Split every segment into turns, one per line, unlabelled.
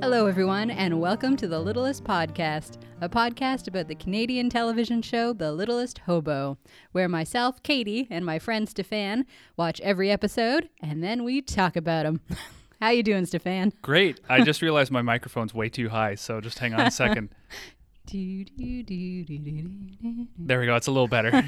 Hello, everyone, and welcome to The Littlest Podcast, a podcast about the Canadian television show The Littlest Hobo, where myself, Katie, and my friend Stefan watch every episode and then we talk about them. How you doing, Stefan?
Great. I just realized my microphone's way too high, so just hang on a second. There we go. It's a little better.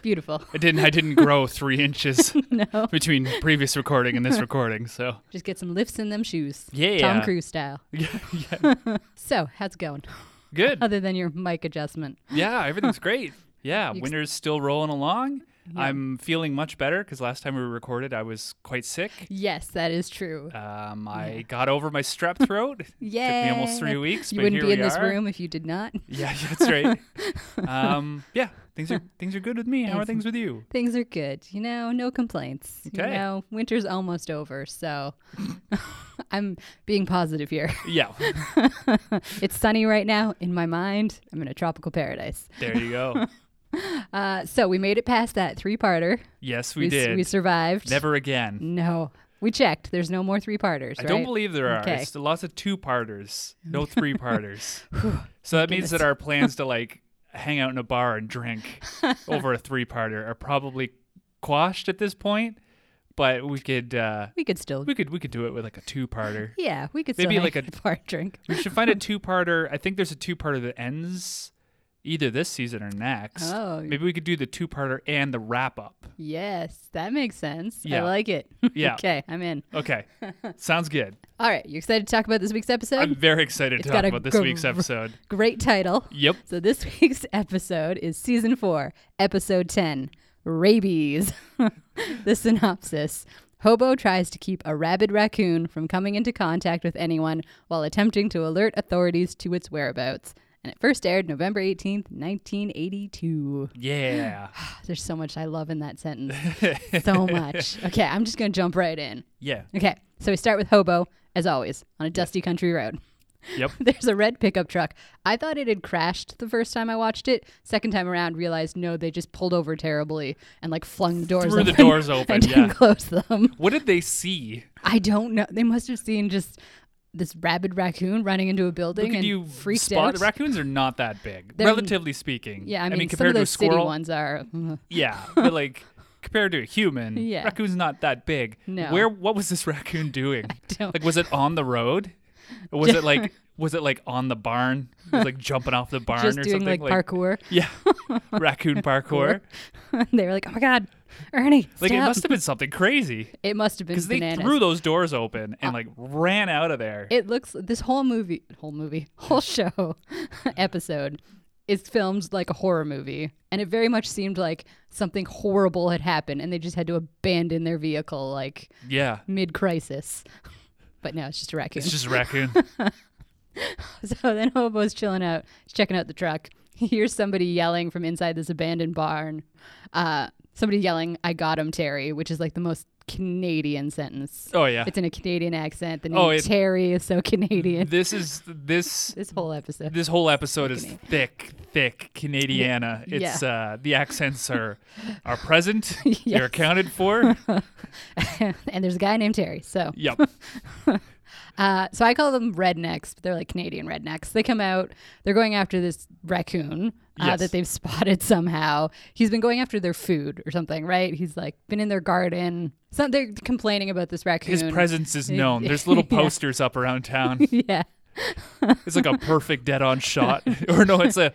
Beautiful.
I didn't I didn't grow 3 inches
No,
between previous recording and this recording, so
just get some lifts in them shoes.
Yeah.
Tom Cruise style.
yeah, yeah.
So, how's it going?
Good.
Other than your mic adjustment.
Yeah, everything's great. Yeah, winter's still rolling along. I'm feeling much better cuz last time we recorded I was quite sick.
Yes, that is true.
Um, I got over my strep throat.
Yeah.
Took me almost 3 weeks,
You
but
wouldn't
here
be in
we
this
are.
room if you did not.
Yeah, that's right. um, yeah, things are things are good with me. How are
Excellent.
things with you?
Things are good, you know, no complaints.
Okay.
You know, winter's almost over, so I'm being positive here.
Yeah.
it's sunny right now in my mind. I'm in a tropical paradise.
There you go.
Uh, so we made it past that three parter.
Yes, we,
s-
did.
We survived.
Never again.
No, we checked. There's no more three parters.
I don't believe there are.
Okay.
It's lots of two parters, no three parters. so that means
goodness.
that our plans to like hang out in a bar and drink over a three parter are probably quashed at this point. But we could uh,
We could still.
we could we could do it with like a two parter.
yeah, we could
Maybe
still
like
hang
a-
out bar and drink.
we should find a two parter. I think there's a two parter that ends either this season or next.
Oh.
Maybe we could do the two parter and the wrap up.
Yes, that makes sense.
Yeah.
I like it.
Yeah.
okay, I'm in.
Okay. Sounds good.
All right, you excited to talk about this week's episode?
I'm very excited
It's
to
got
talk
a
about this week's
gr-
episode.
Great title.
Yep.
So this week's episode is season four, episode 10 Rabies. the synopsis Hobo tries to keep a rabid raccoon from coming into contact with anyone while attempting to alert authorities to its whereabouts. And it first aired November 18th, 1982.
Yeah.
Ah, There's so much I love in that sentence. so much. Okay, I'm just going to jump right in.
Yeah.
Okay, so we start with Hobo, as always, on a dusty country road.
Yep.
There's a red pickup truck. I thought it had crashed the first time I watched it. Second time around, realized no, they just pulled over terribly and like flung doors
Threw
open
the doors open.
and
Yeah.
didn't close them.
What did they see?
I don't know. They must have seen just this rabid raccoon running into a building
Could
and
you
freaked
spot
out.
raccoons are not that big,
They're-
relatively speaking.
yeah, I mean, some
compared
of
to
those
a squirrel,
city ones are.
yeah, but like compared to a human,
Yeah.
raccoon's not that big.
No.
Where? What was this raccoon doing?
don't-
Like, was it on the road? Or was it like? Was it like on the barn? It was like jumping off the barn
Just
or
doing
something?
like parkour.
yeah, raccoon parkour.
they were like, "Oh my god, Ernie,
Like it
stop."
must have been something crazy
It must have been
because they
bananas. Uh,
threw those doors open and like ran out of there.
it looks this whole movie whole movie whole show episode is filmed like a horror movie and it very much seemed like something horrible had happened and they just had to abandon their vehicle like
yeah,
mid crisis but no it's just a raccoon
it's just a raccoon.
so then hobo's chilling out he's checking out the truck he hears somebody yelling from inside this abandoned barn uh somebody yelling i got him terry which is like the most canadian sentence
Oh yeah.
it's in a canadian accent the name
Oh, it-
terry is so canadian
this is this
this whole episode
this whole episode is thick, thick Canadiana.
Yeah.
It's uh the accents are are present.
Yes.
They're accounted for.
and there's a guy named Terry. So,
Yep.
uh, so I call them rednecks, but they're like Canadian rednecks. They come out. They're going after this raccoon uh,
Yes.
that they've spotted somehow. He's been going after their food or something, right? He's like been in their garden. Some they're complaining about this raccoon.
His presence is known. There's little
Yeah.
posters up around town.
yeah,
It's like a perfect dead on shot. or no, it's a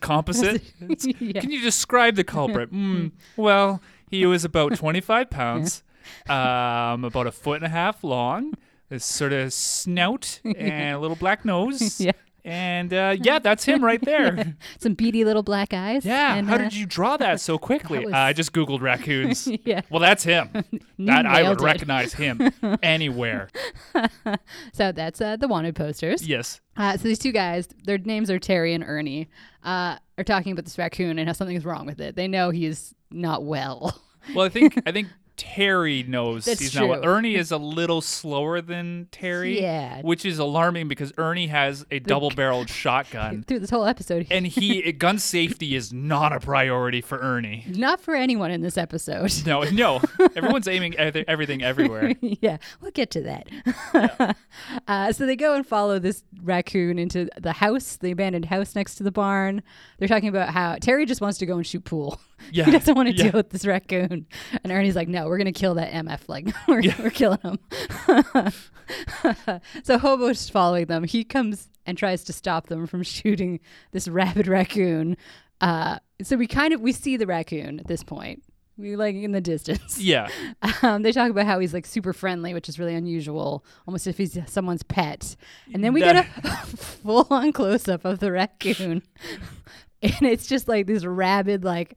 composite. It's-
Yeah. Mm-hmm.
Can you describe the culprit? Mm, well, he was about twenty five pounds, um, about a foot and a half long. This sort of snout and a little black nose.
Yeah.
And uh, yeah, that's him right there.
some beady little black eyes.
Yeah,
and,
how
uh,
did you draw that so quickly?
was-
Uh, I just googled raccoons.
Yeah.
Well, that's him. That I
nailed
would
it.
recognize him anywhere.
So that's uh, the wanted posters.
Yes.
Uh, so these two guys, their names are Terry and Ernie, uh, are talking about this raccoon and how something is wrong with it. They know he's not well.
Well, I think I think Terry knows
That's
he's not. well.
true.
Ernie is a little slower than Terry,
Yeah.
which is alarming because Ernie has a double-barreled shotgun,
Through this whole episode,
and he gun safety is not a priority for Ernie.
not for anyone in this episode.
No, no, everyone's aiming everything, everything everywhere.
yeah, we'll get to that. uh, so they go and follow this raccoon into the house, the abandoned house next to the barn. They're talking about how Terry just wants to go and shoot pool.
Yeah,
he doesn't want to
yeah.
deal with this raccoon. And Ernie's like, no, we're going to kill that MF. Like, we're, we're killing him. so Hobo's following them. He comes and tries to stop them from shooting this rabid raccoon. Uh, so we kind of, we see the raccoon at this point. We like in the distance.
Yeah,
Um, they talk about how he's like super friendly, which is really unusual, almost if he's someone's pet. And then we get a full on close up of the raccoon, and it's just like these rabid like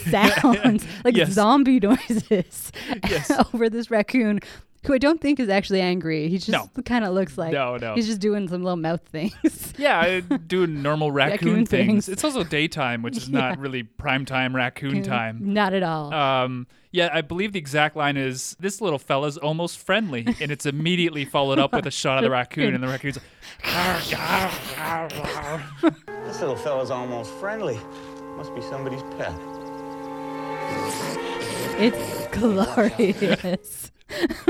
sounds, like
Yes.
zombie noises
Yes.
over this raccoon. Who I don't think is actually angry. He just
No.
kind of looks like
No, no.
he's just doing some little mouth things.
yeah, I do normal raccoon,
Raccoon
things.
things.
It's also daytime, which is not really prime time raccoon time.
Not at all.
Um, yeah, I believe the exact line is this little fella's almost friendly, and it's immediately followed up with a shot of the raccoon, and the raccoon's like, "Arr, arr, arr, arr."
This little fella's almost friendly. Must be somebody's pet.
It's glorious.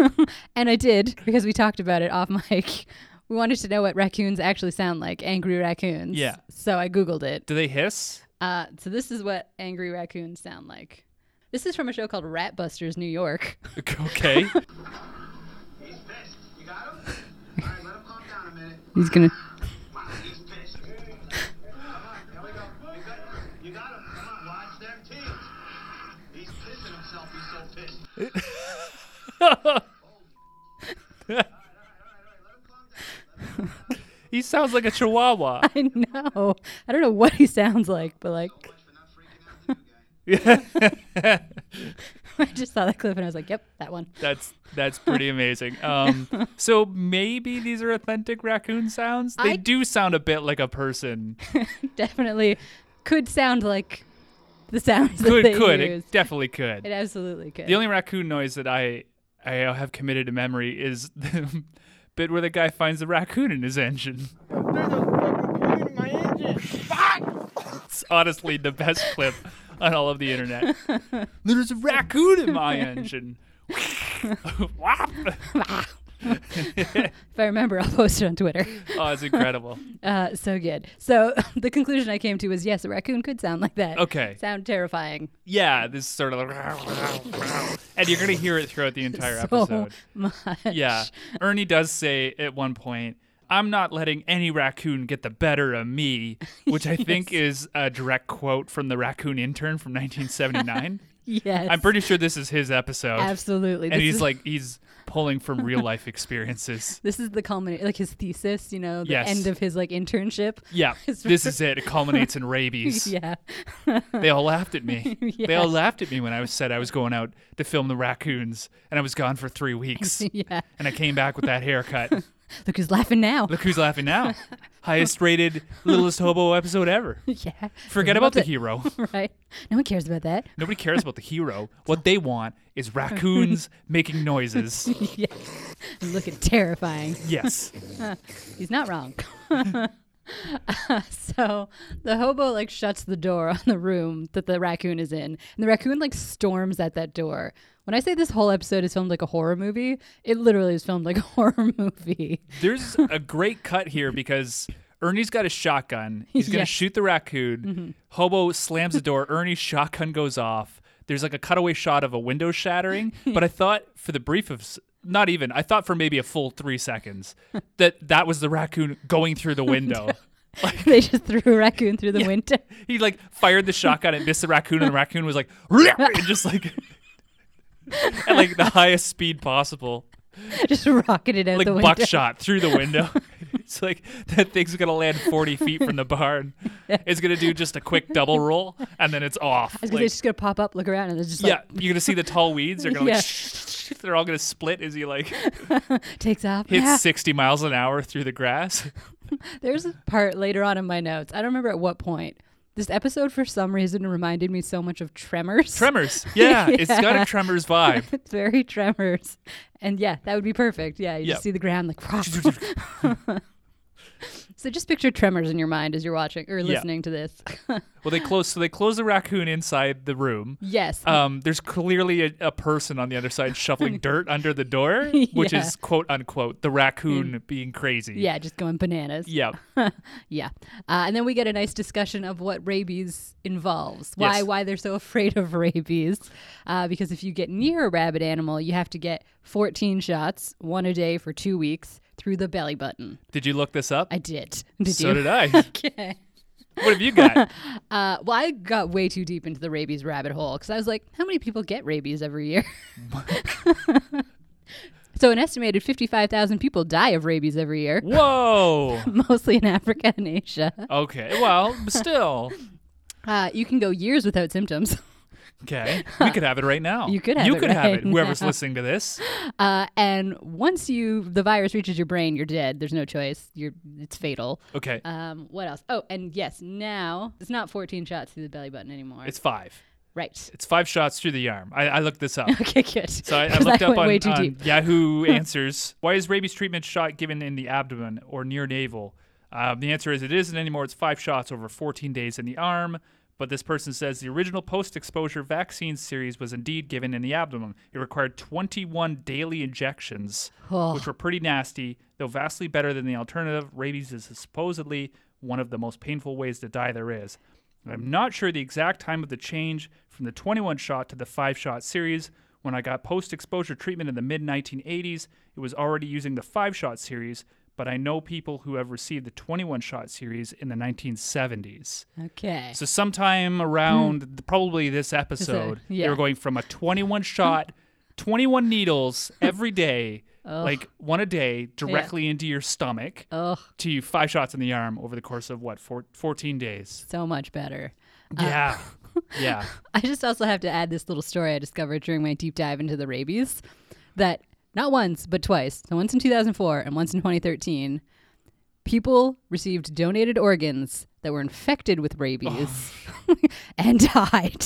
and I did because we talked about it off mic. We wanted to know what raccoons actually sound like, angry raccoons.
Yeah.
So I Googled it.
do they hiss?
Uh, so this is what angry raccoons sound like. This is from a show called Rat Busters New York.
Okay.
He's pissed. You got him? All right, let him calm down a minute.
He's gonna.
Wow, he's pissed. Come on, there we go. You got, you got him. Come on, watch their teeth. He's pissing himself. He's so pissed. all right, all right, all right, all right. Let him calm down.
he sounds like a chihuahua.
I know. I don't know what he sounds like, but like,
Much for not freaking out the new guy.
I just saw that clip and I was like, yep, that one.
That's that's pretty amazing. Um, so maybe these are authentic raccoon sounds. They
I-
do sound a bit like a person.
Definitely could sound like the sounds
Could
that they
could
use.
it definitely could.
It absolutely could.
The only raccoon noise that I I have committed to memory is the bit where the guy finds the raccoon in his engine. It's honestly the best clip on all of the internet. There's a raccoon in my engine. Whap.
if I remember, I'll post it on Twitter.
oh, it's incredible.
Uh, so good. So the conclusion I came to was yes, a raccoon could sound like that.
Okay.
Sound terrifying.
Yeah, this sort of and you're gonna hear it throughout the entire
So
episode.
much.
Yeah, Ernie does say at one point, "I'm not letting any raccoon get the better of me," which I think is a direct quote from the raccoon intern from 1979.
Yes.
I'm pretty sure this is his episode.
Absolutely.
And
This
he's
is-
like he's pulling from real life experiences.
This is the culminate, like his thesis, you know, the
Yes.
end of his like internship.
Yeah,
It's-
this is it. It culminates in rabies.
Yeah.
They all laughed at me. They
Yeah.
all laughed at me when I was said I was going out to film the raccoons, and I was gone for three weeks.
Yeah.
And I came back with that haircut.
Look who's laughing now.
Look who's laughing now. Highest rated Littlest Hobo episode ever.
Yeah.
Forget
Loves
about the
it.
hero.
Right. No one cares about that.
Nobody cares about the hero. What they want is raccoons making noises.
Yeah. Looking terrifying.
Yes.
He's not wrong. so the hobo like shuts the door on the room that the raccoon is in, and the raccoon like storms at that door. When I say this whole episode is filmed like a horror movie, it literally is filmed like a horror movie.
There's a great cut here because Ernie's got a shotgun. He's going to
Yes.
shoot the raccoon. Hobo slams the door. Ernie's shotgun goes off. There's like a cutaway shot of a window shattering. But I thought for the brief of. s- Not even. I thought for maybe a full three seconds that that was the raccoon going through the window.
they just threw a raccoon through the window.
He like fired the shotgun and missed the raccoon, and the raccoon was like, "Rah!" and just like at like the highest speed possible,
just rocketed out
like
the window.
buckshot through the window. it's like that thing's gonna land forty feet from the barn. It's gonna do just a quick double roll, and then it's off.
I was gonna say,
Like,
it's just gonna pop up, look around, and it's just
yeah, you're gonna see the tall weeds. They're gonna
Yeah.
like, sh- they're all gonna split as he like hits
like takes off. Yeah.
sixty miles an hour through the grass.
There's a part later on in my notes. I don't remember at what point. This episode, for some reason, reminded me so much of Tremors.
Tremors. Yeah, it's got
Yeah.
a Tremors vibe.
it's very Tremors. And yeah, that would be perfect. Yeah, you
Yep.
just see the ground like. so just picture Tremors in your mind as you're watching or listening to this.
Well, they close. So they close the raccoon inside the room.
yes.
Um, there's clearly a, a person on the other side shoveling dirt under the door, which
Yeah. Mm.
is quote unquote the raccoon being crazy.
yeah, just going bananas.
Yeah.
Yeah. Uh, and then we get a nice discussion of what rabies involves, why
Yes.
why they're so afraid of rabies. Uh, because if you get near a rabid animal, you have to get 14 shots, one a day for two weeks, through the belly button.
Did you look this up?
I did. Did
so
you?
did I.
Okay.
What have you got?
Uh, well, I got way too deep into the rabies rabbit hole because I was like, how many people get rabies every year? so, an estimated 55,000 people die of rabies every year,
Whoa.
mostly in Africa and Asia.
Okay. Well, still.
Uh, you can go years without symptoms.
Okay. We could have it right now.
You could have
You
it
could have
right
it. Whoever's
now.
listening to this.
Uh, and once you the virus reaches your brain, you're dead. There's no choice. You're it's fatal.
Okay.
Um, what else? Oh, and yes, now it's not 14 shots through the belly button anymore.
It's five.
right.
It's five shots through the arm. I, I looked this up.
Okay, good.
So I, I
'Cause
looked up
went
on,
way too
on
deep.
Yahoo Answers. Why is rabies treatment shot given in the abdomen or near navel? Um, the answer is it isn't anymore. It's five shots over 14 days in the arm. But this person says the original post exposure vaccine series was indeed given in the abdomen. It required 21 daily injections, which were pretty nasty, though vastly better than the alternative. Rabies is supposedly one of the most painful ways to die there is. I'm not sure the exact time of the change from the 21 shot to the 5 shot series. When I got post exposure treatment in the mid 1980s, it was already using the 5 shot series, but I know people who have received the 21 shot series in the 1970s.
Okay.
So, sometime around th- probably this episode, they
yeah.
were going from a 21 shot, 21 needles every day, like one a day, directly into your stomach,
Ugh.
to five shots in the arm over the course of what, four, 14 days?
So much better.
Yeah. yeah.
I just also have to add this little story I discovered during my deep dive into the rabies that not once, but twice, so once in 2004 and once in 2013, people received donated organs that were infected with rabies and died.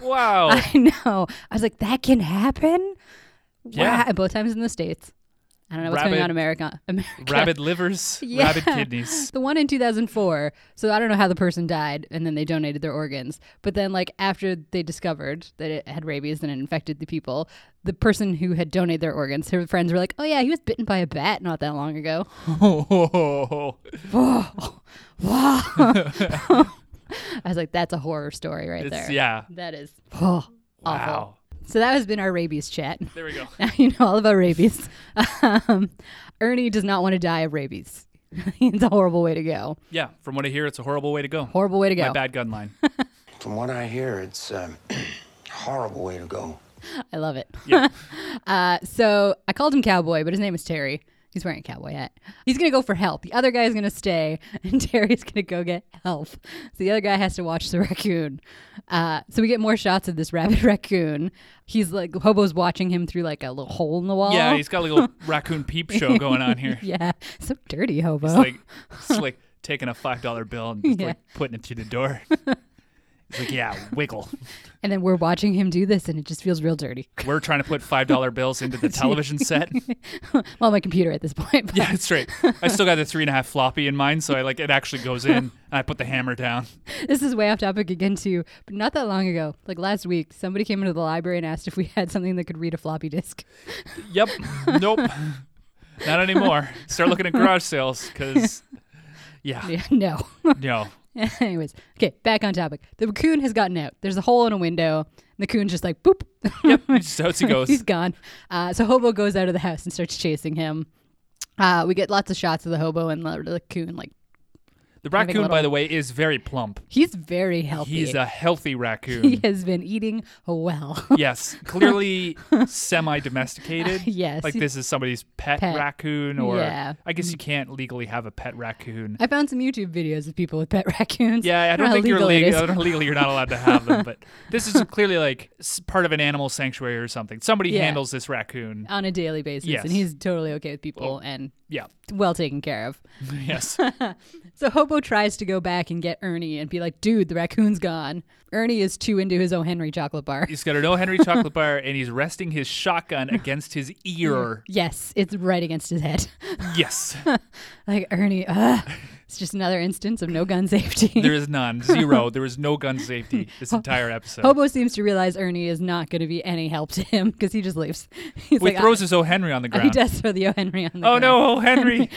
Wow.
I know. I was like, that can happen?
Yeah.
Wow. Both times in the States. I don't know what's going
Rabid-
on in America. America.
Rabid livers,
Yeah.
rabid kidneys.
The one in 2004. So I don't know how the person died and then they donated their organs. But then, like, after they discovered that it had rabies and it infected the people, the person who had donated their organs, her friends were like, oh, yeah, he was bitten by a bat not that long ago. Whoa. Wow. I was like, that's a horror story right
It's-
there.
yeah.
That is. Oh, awful.
Wow.
So that has been our rabies chat.
There we go.
Now you know all about rabies. Um, Ernie does not want to die of rabies. it's a horrible way to go.
Yeah. From what I hear, it's a horrible way to go.
Horrible way to
My
go.
bad gun line.
From what I hear, it's um, a horrible way to go.
I love it.
Yeah.
Uh, so I called him Cowboy, but his name is Terry. He's wearing a cowboy hat. He's going to go for help. The other guy's going to stay, and Terry's going to go get help. So the other guy has to watch the raccoon. Uh, so we get more shots of this rabid raccoon. He's like, Hobo's watching him through like a little hole in the wall.
Yeah, he's got a little raccoon peep show going on here.
yeah. So dirty, Hobo.
It's like it's like taking a five dollar bill and just
Yeah.
like putting it through the door. It's like, yeah, wiggle.
and then we're watching him do this, and it just feels real dirty.
We're trying to put five dollar bills into the television set.
well, my computer at this point. but-
Yeah, it's straight. I still got the three and a half floppy in mine, so I like it actually goes in and I put the hammer down.
this is way off topic again too but not that long ago like last week somebody came into the library and asked if we had something that could read a floppy disk
Yep. Nope. Not anymore. Start looking at garage sales because, yeah,
yeah no
no.
anyways okay back on topic the coon has gotten out there's a hole in a window and the coon's just like boop
Just out he goes.
he's gone uh, so hobo goes out of the house and starts chasing him uh, we get lots of shots of the hobo and the, the coon like
The
having a
raccoon, by
little-
the way, is very plump.
he's very healthy
He's a healthy
he
raccoon.
has been eating well
yes, clearly semi-domesticated.
Yes.
like this is somebody's pet,
Pet.
raccoon, or
Yeah. Mm.
I guess you can't legally have a pet raccoon.
I found some YouTube videos of people with pet raccoons.
Yeah, I don't
know how
think you're
legal it
legal.
is.
I don't know, legally you're not allowed to have them, but this is clearly like s- part of an animal sanctuary or something. Somebody
Yeah. Uh,
handles this raccoon.
on a daily basis,
Yes.
and he's totally okay with people and
Yeah.
well taken care of.
Yes.
So Hobo tries to go back and get Ernie and be like, dude, the raccoon's gone. Ernie is too into his O. Henry chocolate bar.
He's got an O. Henry chocolate bar, and he's resting his shotgun against his ear.
Yes, it's right against his head.
Yes,
like, Ernie, ugh. It's just another instance of no gun safety.
there is none. Zero. There is no gun safety this entire episode.
Hobo seems to realize Ernie is not going to be any help to him because he just leaves. He's
Well,
like,
he throws his O. Henry on the
I,
ground.
he does throw the O. Henry on the
Oh
ground.
no, O. Henry!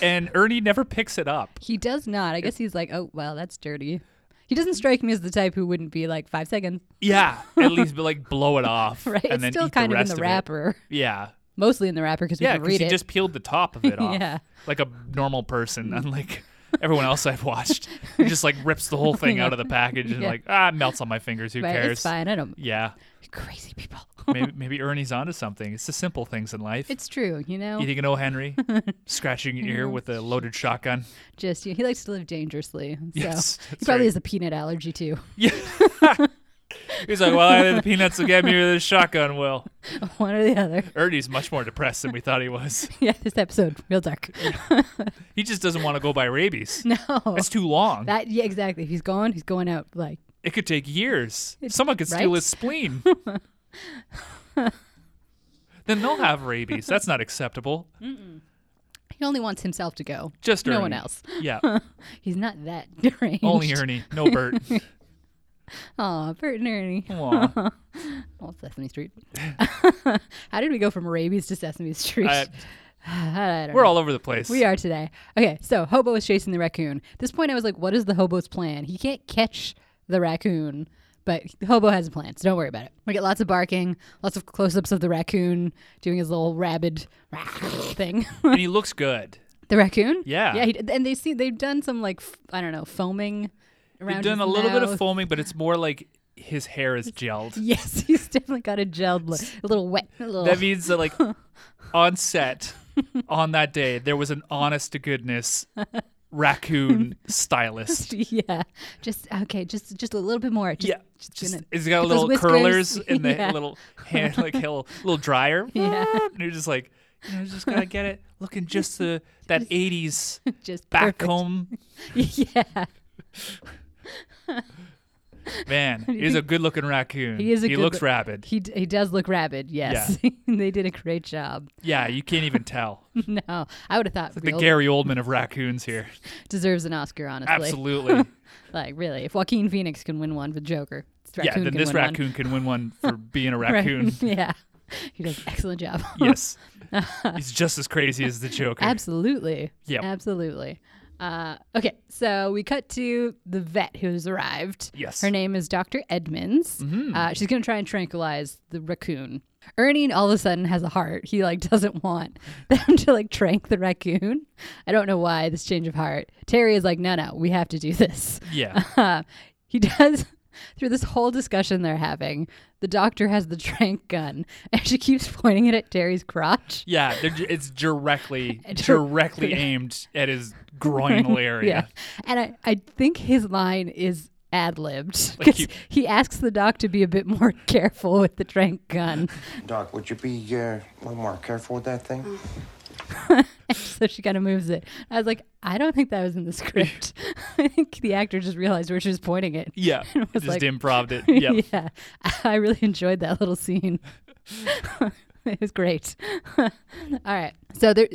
and Ernie never picks it up.
He does not. I guess he's like, oh, well, that's dirty. He doesn't strike me as the type who wouldn't be like five seconds,
Yeah, at least but like blow it off,
right?
And
it's
then
still
eat
kind
the
of in
rest
the
it.
wrapper,
Yeah,
mostly in the wrapper because we
yeah,
can
because
read
he
it.
just peeled the top of it off,
Yeah.
like a normal person, unlike everyone else I've watched. He just like rips the whole thing out of the package and
Yeah.
like ah, it melts on my fingers. Who
right?
cares?
It's fine. I don't.
Yeah,
Crazy people.
maybe, maybe Ernie's onto something. It's the simple things in life.
it's true, you know.
Eating an O. Henry, scratching your ear with a loaded shotgun.
Just he likes to live dangerously. So
Yes,
he
that's
probably
right.
has a peanut allergy too.
Yeah. He's like, well, either the peanuts will get me or the shotgun will.
One or the other.
Ernie's much more depressed than we thought he was.
Yeah, this episode real dark.
He just doesn't want to go by rabies.
no.
That's too long.
Oh, That yeah, exactly. If he's going, he's going out like
it could take years. Someone could steal
right?
his spleen. then they'll have rabies. That's not acceptable.
he only wants himself to go.
Just
no
Ernie.
one else.
Yeah.
He's not that deranged.
Only Ernie. No Bert.
Aw, Bert and Ernie.
Aw.
Oh, Sesame Street. How did we go from rabies to Sesame Street?
I-
I don't
we're
know.
all over the place.
We are today. Okay, so Hobo is chasing the raccoon. At this point, I was like, what is the hobo's plan? He can't catch the raccoon, but Hobo has a plan, so don't worry about it. We get lots of barking, lots of close ups of the raccoon doing his little rabid thing.
And he looks good.
the raccoon?
Yeah.
Yeah, he, and they see, they've done some, like, f- I don't know, foaming around
He's done
his
a little bit of
mouth.
foaming, but it's more like his hair is gelled.
Yes, he's definitely got a gelled look, a little wet, a little.
That means that, like, on set on that day, there was an honest to goodness raccoon stylist.
yeah, just okay, just just a little bit more. Just,
Yeah,
just
just-
gonna-
he's got
get those
little curlers
whiskers.
and the
Yeah.
little hand, like little little dryer.
Yeah.
and you're just like, you know, just gotta get it looking just the that '80s
just
back
perfect.
home.
yeah,
Man, he's a good-looking raccoon.
he is. A
he
good
looks
look-
rabid.
He d- he does look rabid. Yes, they did a great job.
yeah, you can't even tell.
No, I would have thought
The
Real
Gary Oldman of raccoons here.
deserves an Oscar. Honestly,
Absolutely.
like really, if Joaquin Phoenix can win one for Joker, this
yeah,
raccoon
then
can
this
win one.
raccoon can win one for being a
Right.
raccoon.
yeah, he does an excellent job.
yes. He's just as crazy as the Joker.
Absolutely.
Yep.
Absolutely. Uh, okay, so we cut to the vet who's arrived.
Yes. Mm-hmm.
Her name is Dr. Edmonds. Uh, she's going to try and tranquilize the raccoon. Ernie all of a sudden has a heart. He like doesn't want them to like trank the raccoon. I don't know why this change of heart. Terry is like, no, no, we have to do this.
yeah.
Uh, he does through this whole discussion they're having. The doctor has the trank gun, and she keeps pointing it at Terry's crotch.
Yeah, they're, ju- it's directly
Dir-
directly aimed at his groinal area.
Yeah. And I, I think his line is ad libbed.
Like
he,
you-
asks the doc to be a bit more careful with the trank gun.
Doc, would you be uh, a little more careful with that thing?
so she kind of moves it. I was like, I don't think that was in the script. I think the actor just realized where she was pointing it.
Yeah,
And was
just
like-
improved it. Yep.
yeah. I really enjoyed that little scene. it was great. All right. So there,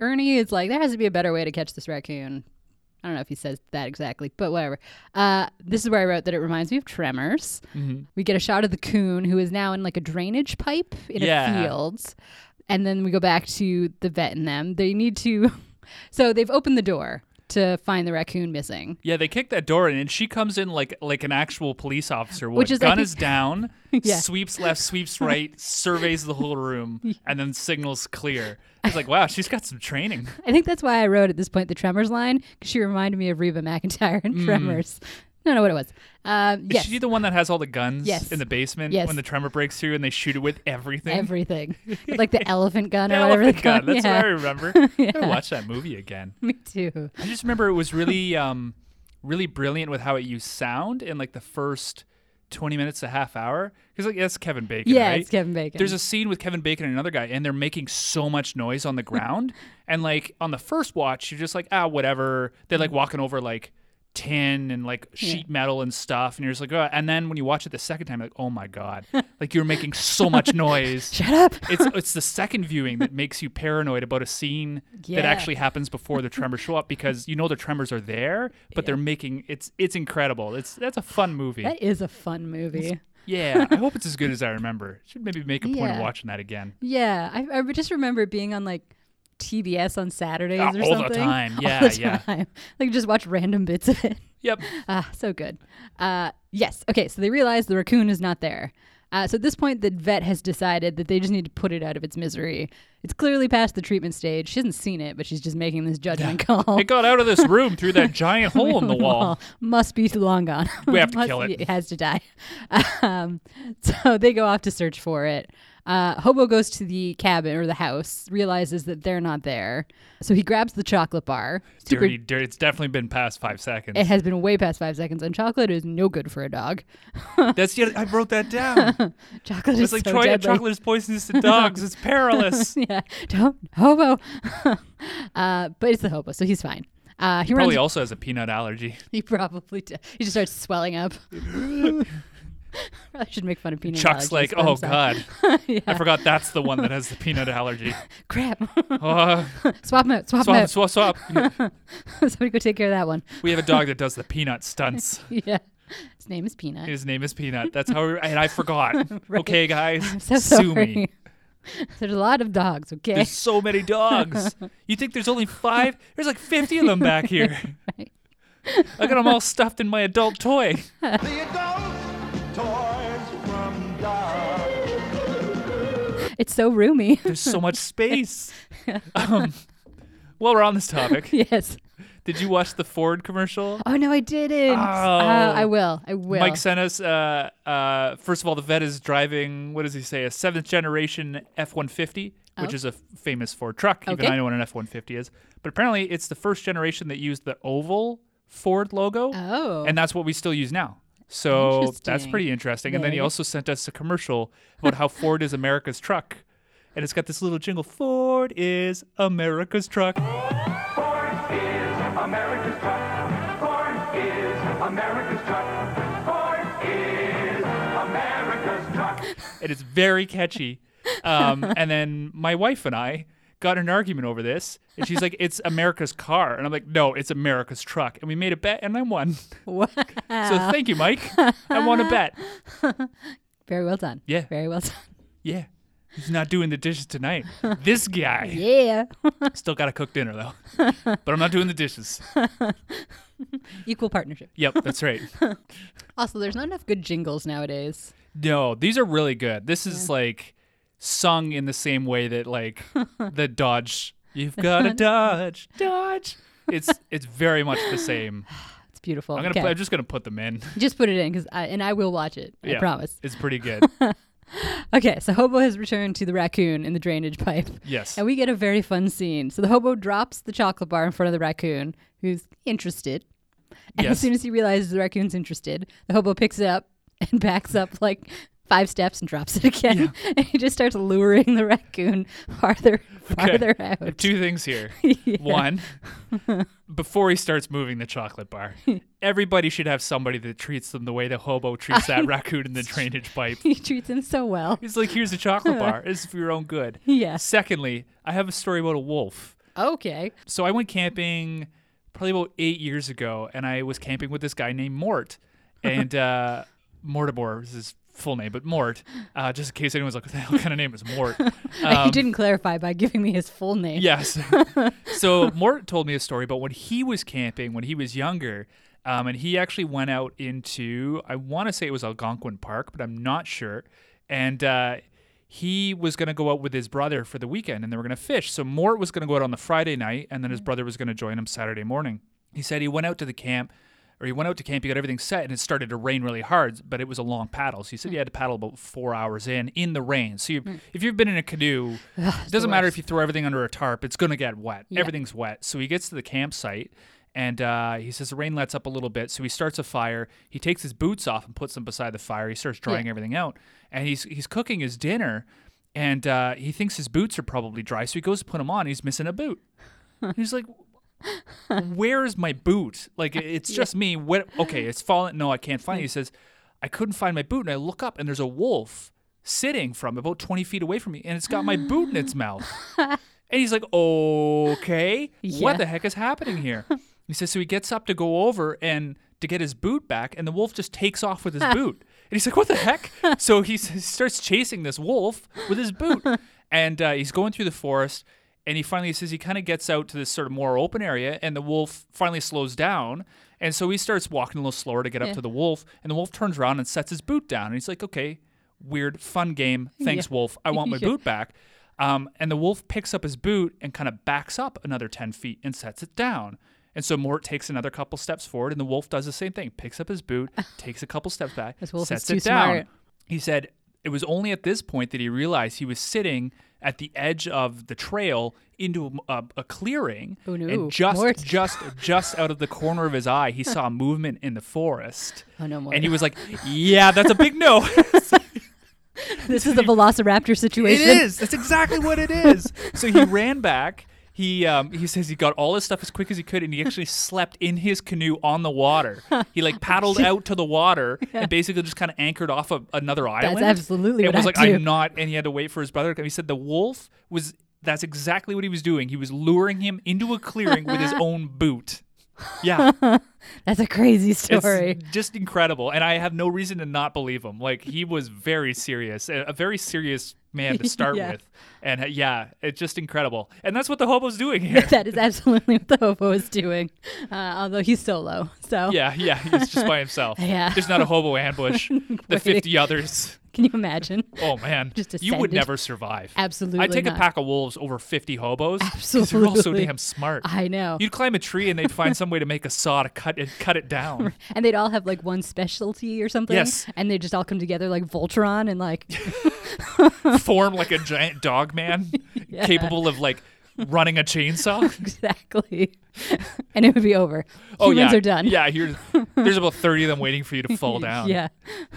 Ernie is like, there has to be a better way to catch this raccoon. I don't know if he says that exactly, but whatever. Uh, this is where I wrote that it reminds me of Tremors. We get a shot of the coon who is now in like a drainage pipe in
Yeah.
a field. And then we go back to the vet and them. They need to. So they've opened the door to find the raccoon missing.
Yeah, they kick that door in, and she comes in like like an actual police officer. Would.
Which is, I
gun
think-
is down,
Yeah.
sweeps left, sweeps right, surveys the whole room, and then signals clear. It's like, wow, she's got some training.
I think that's why I wrote at this point the Tremors line because she reminded me of Reba McIntyre in Tremors. No, no, what it was. Um,
Mm. Is
yes,
she the one that has all the guns
Yes.
in the basement
Yes.
when the tremor breaks through and they shoot it with everything?
everything like the elephant gun
The
or whatever. they
elephant
call
gun.
it.
That's
yeah,
what I remember. I gotta watch that movie again.
me too.
I just remember it was really um really brilliant with how it used sound in like the first 20 minutes to half hour because like that's Kevin Bacon.
Yeah,
right?
it's Kevin Bacon.
There's a scene with Kevin Bacon and another guy, and they're making so much noise on the ground. and like on the first watch, you're just like, ah, whatever. They're like walking over like tin and like sheet metal and stuff, and you're just like, oh. and then when you watch it the second time, you're like, oh my god, like you're making so much noise.
Shut up.
it's it's the second viewing that makes you paranoid about a scene
Yeah.
that actually happens before the tremors show up because you know the tremors are there, but they're making it's it's incredible. It's that's a fun movie.
That is a fun movie.
yeah, I hope it's as good as I remember. Should maybe make a point of
Yeah.
watching that again.
Yeah, I, I just remember it being on like TBS on Saturdays
Ah,
or
all the
something.
time. Yeah,
all the
yeah.
time. Like just watch random bits of it.
Yep.
Ah, so good. Uh, yes. Okay. So they realize the raccoon is not there. Uh, so at this point, the vet has decided that they just need to put it out of its misery. It's clearly past the treatment stage. She hasn't seen it, but she's just making this judgment call.
It got out of this room through that giant hole in the wall.
Must be long gone.
We have to
Must
kill it.
be- It has to die. Um, so they go off to search for it. Uh, Hobo goes to the cabin or the house, realizes that they're not there. So he grabs the chocolate bar. Super-
Dirty, dirty. It's definitely been past five seconds.
It has been way past five seconds, and chocolate is no good for a dog.
That's yet. I wrote that down.
Chocolate is
It's like
so
trying
deadly.
chocolate is poisonous to dogs. It's perilous.
yeah, don't hobo. uh, but it's the hobo, so he's fine. Uh, he runs.
Probably also has a peanut allergy.
he probably d he just starts swelling up. I should make fun of peanut. allergies,
Chuck's like,
but I'm
oh
sorry."
god, I forgot that's the one that has the peanut allergy.
crap.
Uh,
swap him out. Swap, him
swap,
out.
swap, swap.
Somebody go take care of that one.
We have a dog that does the peanut stunts.
Yeah, his name is Peanut.
His name is Peanut. That's how. We, and I forgot. Okay, guys,
so
sue
sorry.
me.
There's a lot of dogs. Okay.
There's so many dogs. You think there's only five? There's like 50 of them back here. I got them all stuffed in my adult toy.
The adult toys from Doug.
It's so roomy.
There's so much space. Um, while we're on this topic,
yes.
did you watch the Ford commercial?
Oh no, I didn't. Uh, I will. I will.
Mike sent us. Uh, uh, first of all, the vet is driving. What does he say? A seventh generation F one fifty, which
Oh.
is a f- famous Ford truck. Even
Okay.
I know what an F one fifty is. But apparently, it's the first generation that used the oval Ford logo.
Oh.
and that's what we still use now. So that's
Interesting.
pretty interesting. And then he
Very.
also sent us a commercial about how Ford is America's truck. And it's got this little jingle Ford is America's truck.
Ford is America's truck. Ford is America's truck. Ford is America's truck.
and it's very catchy. Um, and then my wife and I got in an argument over this, and she's like, "It's America's car," and I'm like, "No, it's America's truck." And we made a bet, and I won.
Wow.
So thank you, Mike. I won a bet.
Very well done.
Yeah.
Very well done.
Yeah, he's not doing the dishes tonight. This guy
Yeah.
still got to cook dinner though, but I'm not doing the dishes.
Equal partnership.
Yep, that's right.
Also, there's not enough good jingles nowadays.
No, these are really good. This is like sung in the same way that like the Dodge. You've got to dodge, dodge. It's it's very much the same.
It's beautiful.
I'm gonna.
okay.
Put, I'm just gonna put them in.
just put it in, cause I, and I will watch it. I
Yeah,
promise.
It's pretty good.
Okay, so Hobo has returned to the raccoon in the drainage pipe.
Yes.
And we get a very fun scene. So the hobo drops the chocolate bar in front of the raccoon, who's interested. And as
Yes.
soon as he realizes the raccoon's interested, the hobo picks it up and backs up like five steps and drops it again. And he just starts luring the raccoon farther,
Okay.
farther
There are
out.
Two things here.
Yeah.
One, before he starts moving the chocolate bar, everybody should have somebody that treats them the way the hobo treats that raccoon in the drainage pipe.
He treats him so well.
He's like, here's a chocolate bar. It's for your own good.
Yeah.
Secondly, I have a story about a wolf.
Okay.
So I went camping probably about eight years ago, and I was camping with this guy named Mort, and uh, Mortibor is his full name, but Mort, uh, just in case anyone's like, what the hell kind of name is Mort? Um,
he didn't clarify by giving me his full name.
Yes. so Mort told me a story about when he was camping when he was younger, um, and he actually went out into I want to say it was Algonquin Park, but I'm not sure. And uh, he was going to go out with his brother for the weekend, and they were going to fish. So Mort was going to go out on the Friday night, and then his brother was going to join him Saturday morning. He said he went out to the camp. Or he went out to camp, he got everything set, and it started to rain really hard, but it was a long paddle. So he said he had to paddle about four hours in, in the rain. So you, if you've been in a canoe, it doesn't matter if you throw everything under a tarp, it's going to get wet. Everything's wet. So he gets to the campsite And uh, he says the rain lets up a little bit, so he starts a fire. He takes his boots off and puts them beside the fire. He starts drying
Yeah.
everything out, and he's he's cooking his dinner, and uh, he thinks his boots are probably dry, so he goes to put them on. He's missing a boot. he's like, where's my boot? Like it- it's just me. What? Okay, it's fallen. No, I can't find it. He says, I couldn't find my boot, and I look up, and there's a wolf sitting from about 20 feet away from me, and it's got my boot in its mouth. And he's like, okay,
Yeah.
what the heck is happening here? He says, so he gets up to go over and to get his boot back, and the wolf just takes off with his boot. And he's like, what the heck? so he s- starts chasing this wolf with his boot. And uh, he's going through the forest, and he finally says he kind of gets out to this sort of more open area, and the wolf finally slows down. And so he starts walking a little slower to get up to the wolf, and the wolf turns around and sets his boot down. And he's like, okay, weird, fun game. Thanks, wolf. I want my boot back. Um, and the wolf picks up his boot and kind of backs up another 10 feet and sets it down. And so Mort takes another couple steps forward, and the wolf does the same thing picks up his boot, takes a couple steps back,
This wolf is
sets
too
it down.
smart.
He said it was only at this point that he realized he was sitting at the edge of the trail into a, a, a clearing.
Oh, no.
And just,
Mort.
just, just out of the corner of his eye, he saw movement in the forest.
Oh, no, Mort.
And he was like, yeah, that's a big no.
This is the Velociraptor
It
situation.
is. That's exactly what it is. so he ran back. He um, he says he got all his stuff as quick as he could, and he actually slept in his canoe on the water. He like paddled out to the water and basically just kind of anchored off of another island.
absolutely
and
what
was
I
like,
do."
I'm not. And he had to wait for his brother. to come. He said the wolf was. That's exactly what he was doing. He was luring him into a clearing with his own boot. Yeah,
That's a crazy
it's
story.
just incredible, and I have no reason to not believe him. Like he was very serious, a a very serious man to start
Yeah.
with, and uh, yeah, it's just incredible. And that's what the hobo's doing here.
that is absolutely what the hobo is doing. Uh, although he's solo, so
yeah, yeah, he's just by himself.
Yeah.
there's not a hobo ambush. the fifty others.
can you imagine?
Oh man,
Just
you would
ascended.
never survive.
Absolutely
I'd take
not.
a pack of wolves over fifty hobos. 'cause they're all so
Absolutely.
damn smart.
I know.
You'd climb a tree and they'd find some way to make a saw to cut it, cut it down.
and they'd all have like one specialty or something.
Yes.
And they just all come together like Voltron and like
form like a giant dog man
Yeah.
capable of like running a chainsaw.
exactly. and it would be over. Humans
Oh, yeah.
are done.
Yeah, here's there's about thirty of them waiting for you to fall down.
Yeah.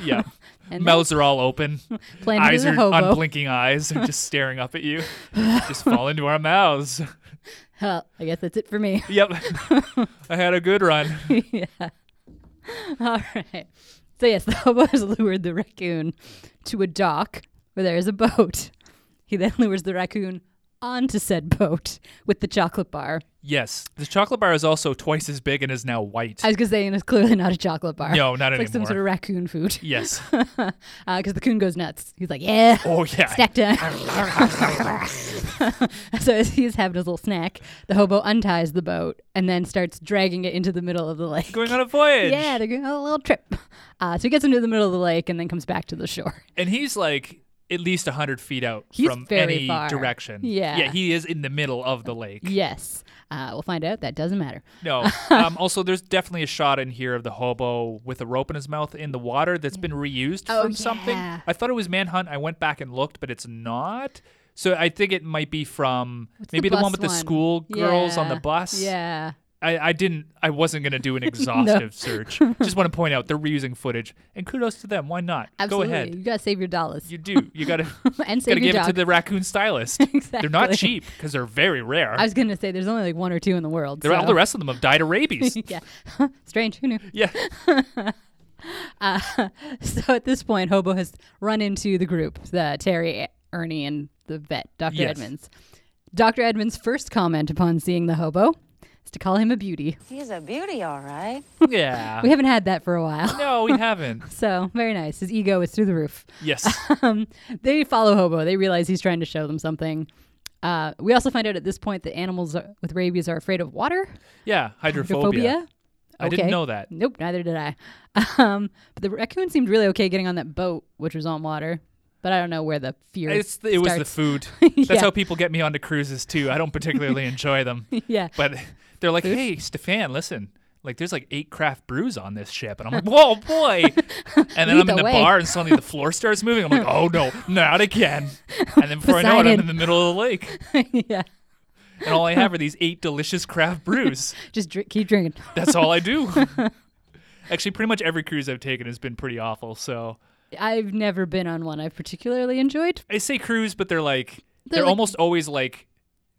Yeah.
And
Mouths are all open.
Planet
eyes
is a
are
hobo.
unblinking eyes are just staring up at you. just fall into our mouths.
Well, I guess that's it for me.
Yep. I had a good run.
All right. So yes, the hobo has lured the raccoon to a dock where there is a boat. He then lures the raccoon onto said boat with the chocolate bar.
Yes. The chocolate bar is also twice as big and is now white.
I was gonna say, and it's clearly not a chocolate bar.
No, not
it's Like some
anymore.
sort of raccoon food.
yes.
Because the coon goes nuts. He's like, yeah.
Oh yeah.
Snack time. so as he's having his little snack, the hobo unties the boat and then starts dragging it into the middle of the lake.
Going on a voyage.
yeah, they're going on a little trip. Uh, so he gets into the middle of the lake and then comes back to the shore.
and he's like at least 100 feet out
He's
from
very
any
far.
direction.
Yeah.
Yeah, he is in the middle of the lake.
Yes. Uh, we'll find out. That doesn't matter.
No. Um, also, there's definitely a shot in here of the hobo with a rope in his mouth in the water that's been reused
Oh,
from something.
yeah.
I thought it was Manhunt. I went back and looked, but it's not. So I think it might be from
What's
maybe the, one
bus
with the school girls on the
Yeah.
bus.
Yeah.
I, I didn't. I wasn't gonna do an exhaustive search. Just want to point out they're reusing footage, and kudos to them. Why not?
Absolutely.
Go ahead.
You got to save your dollars.
You do. You gotta
and
gotta
save your
give it to
dog.
the raccoon stylist. They're not
Exactly.
cheap because they're very rare.
I was going to say there's only like one or two in the world.
They're- all
so-
the rest of them have died of rabies.
yeah. Strange. Who knew?
yeah.
So at this point, Hobo has run into the group, the Terry, Ernie, and the vet, Dr.
Yes.
Edmonds. Dr. Edmonds' first comment upon seeing the hobo is to call him a beauty.
He's a beauty, all right.
Yeah.
We haven't had that for a while.
no, we haven't.
So very nice. His ego is through the roof.
Yes.
Um, they follow Hobo. They realize he's trying to show them something. Uh, we also find out at this point that animals are- with rabies are afraid of water.
Yeah. Hydrophobia.
Phobia.
I didn't know that.
Nope, neither did I. Um, but the raccoon seemed really okay getting on that boat, which was on water. But I don't know where the fear.
It's it was the
starts.
food.
Yeah.
That's how people get me onto cruises too. I don't particularly enjoy them.
Yeah.
But they're like, "Hey, Stefan, listen. Like there's like eight craft brews on this ship." And I'm like, "Whoa, boy." And then
Lead
I'm in
the
the
way.
bar and suddenly the floor starts moving. I'm like, "Oh no, not again." And then before I know it, I'm
Poseidon.
in the middle of the lake.
yeah.
and all I have are these eight delicious craft brews.
Just drink, keep drinking.
That's all I do. Actually, pretty much every cruise I've taken has been pretty awful. So
I've never been on one I've particularly enjoyed.
I say cruise, but they're like they're,
They're like-
almost always like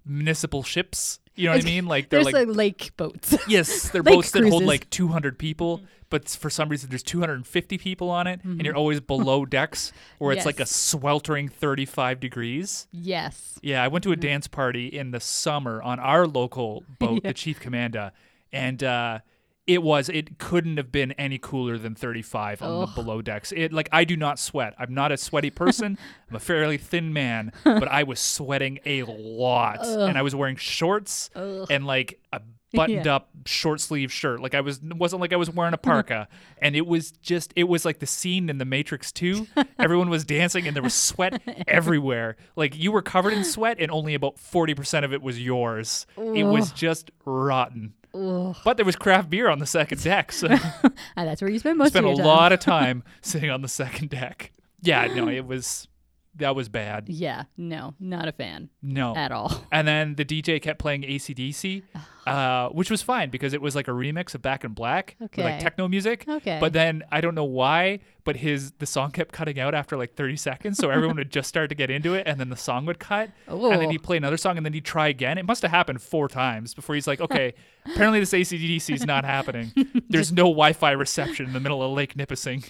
municipal ships. You know what I mean? Like they're
There's
like,
like, lake boats.
yes, they're
lake
boats that hold
cruises. Mm-hmm.
like 200 people, but s- for some reason there's 250 people on it, and you're always below decks where it's like a
Yes.
sweltering 35 degrees.
yes.
Yeah, I went to a dance party in the summer on our local boat, the Chief Commanda, and uh, it was it couldn't have been any cooler than 35 on the below decks. It like I do not sweat. I'm not a sweaty person. I'm a fairly thin man, but I was sweating a lot, and I was wearing shorts and like a buttoned up short sleeve shirt. Like I was it wasn't like I was wearing a parka, and it was just it was like the scene in The Matrix 2. Everyone was dancing and there was sweat everywhere. Like you were covered in sweat and only about 40% of it was yours. It was just rotten. But there was craft beer on the second deck, so
Ah, that's where you spend most
spent a
of your time.
lot of time sitting on the second deck. Yeah, no, it was that was bad.
Yeah. No, not a fan
No.
at all.
And then the DJ kept playing ACDC, uh, which was fine because it was like a remix of Back in Black, with, like
Okay.
techno music.
Okay.
But then I don't know why, but his the song kept cutting out after like 30 seconds, so everyone would just start to get into it, and then the song would cut, and then
Oh.
he'd play another song, and then he'd try again. It must have happened four times before he's like, okay, apparently this ACDC is not happening. There's no Wi-Fi reception in the middle of Lake Nipissing,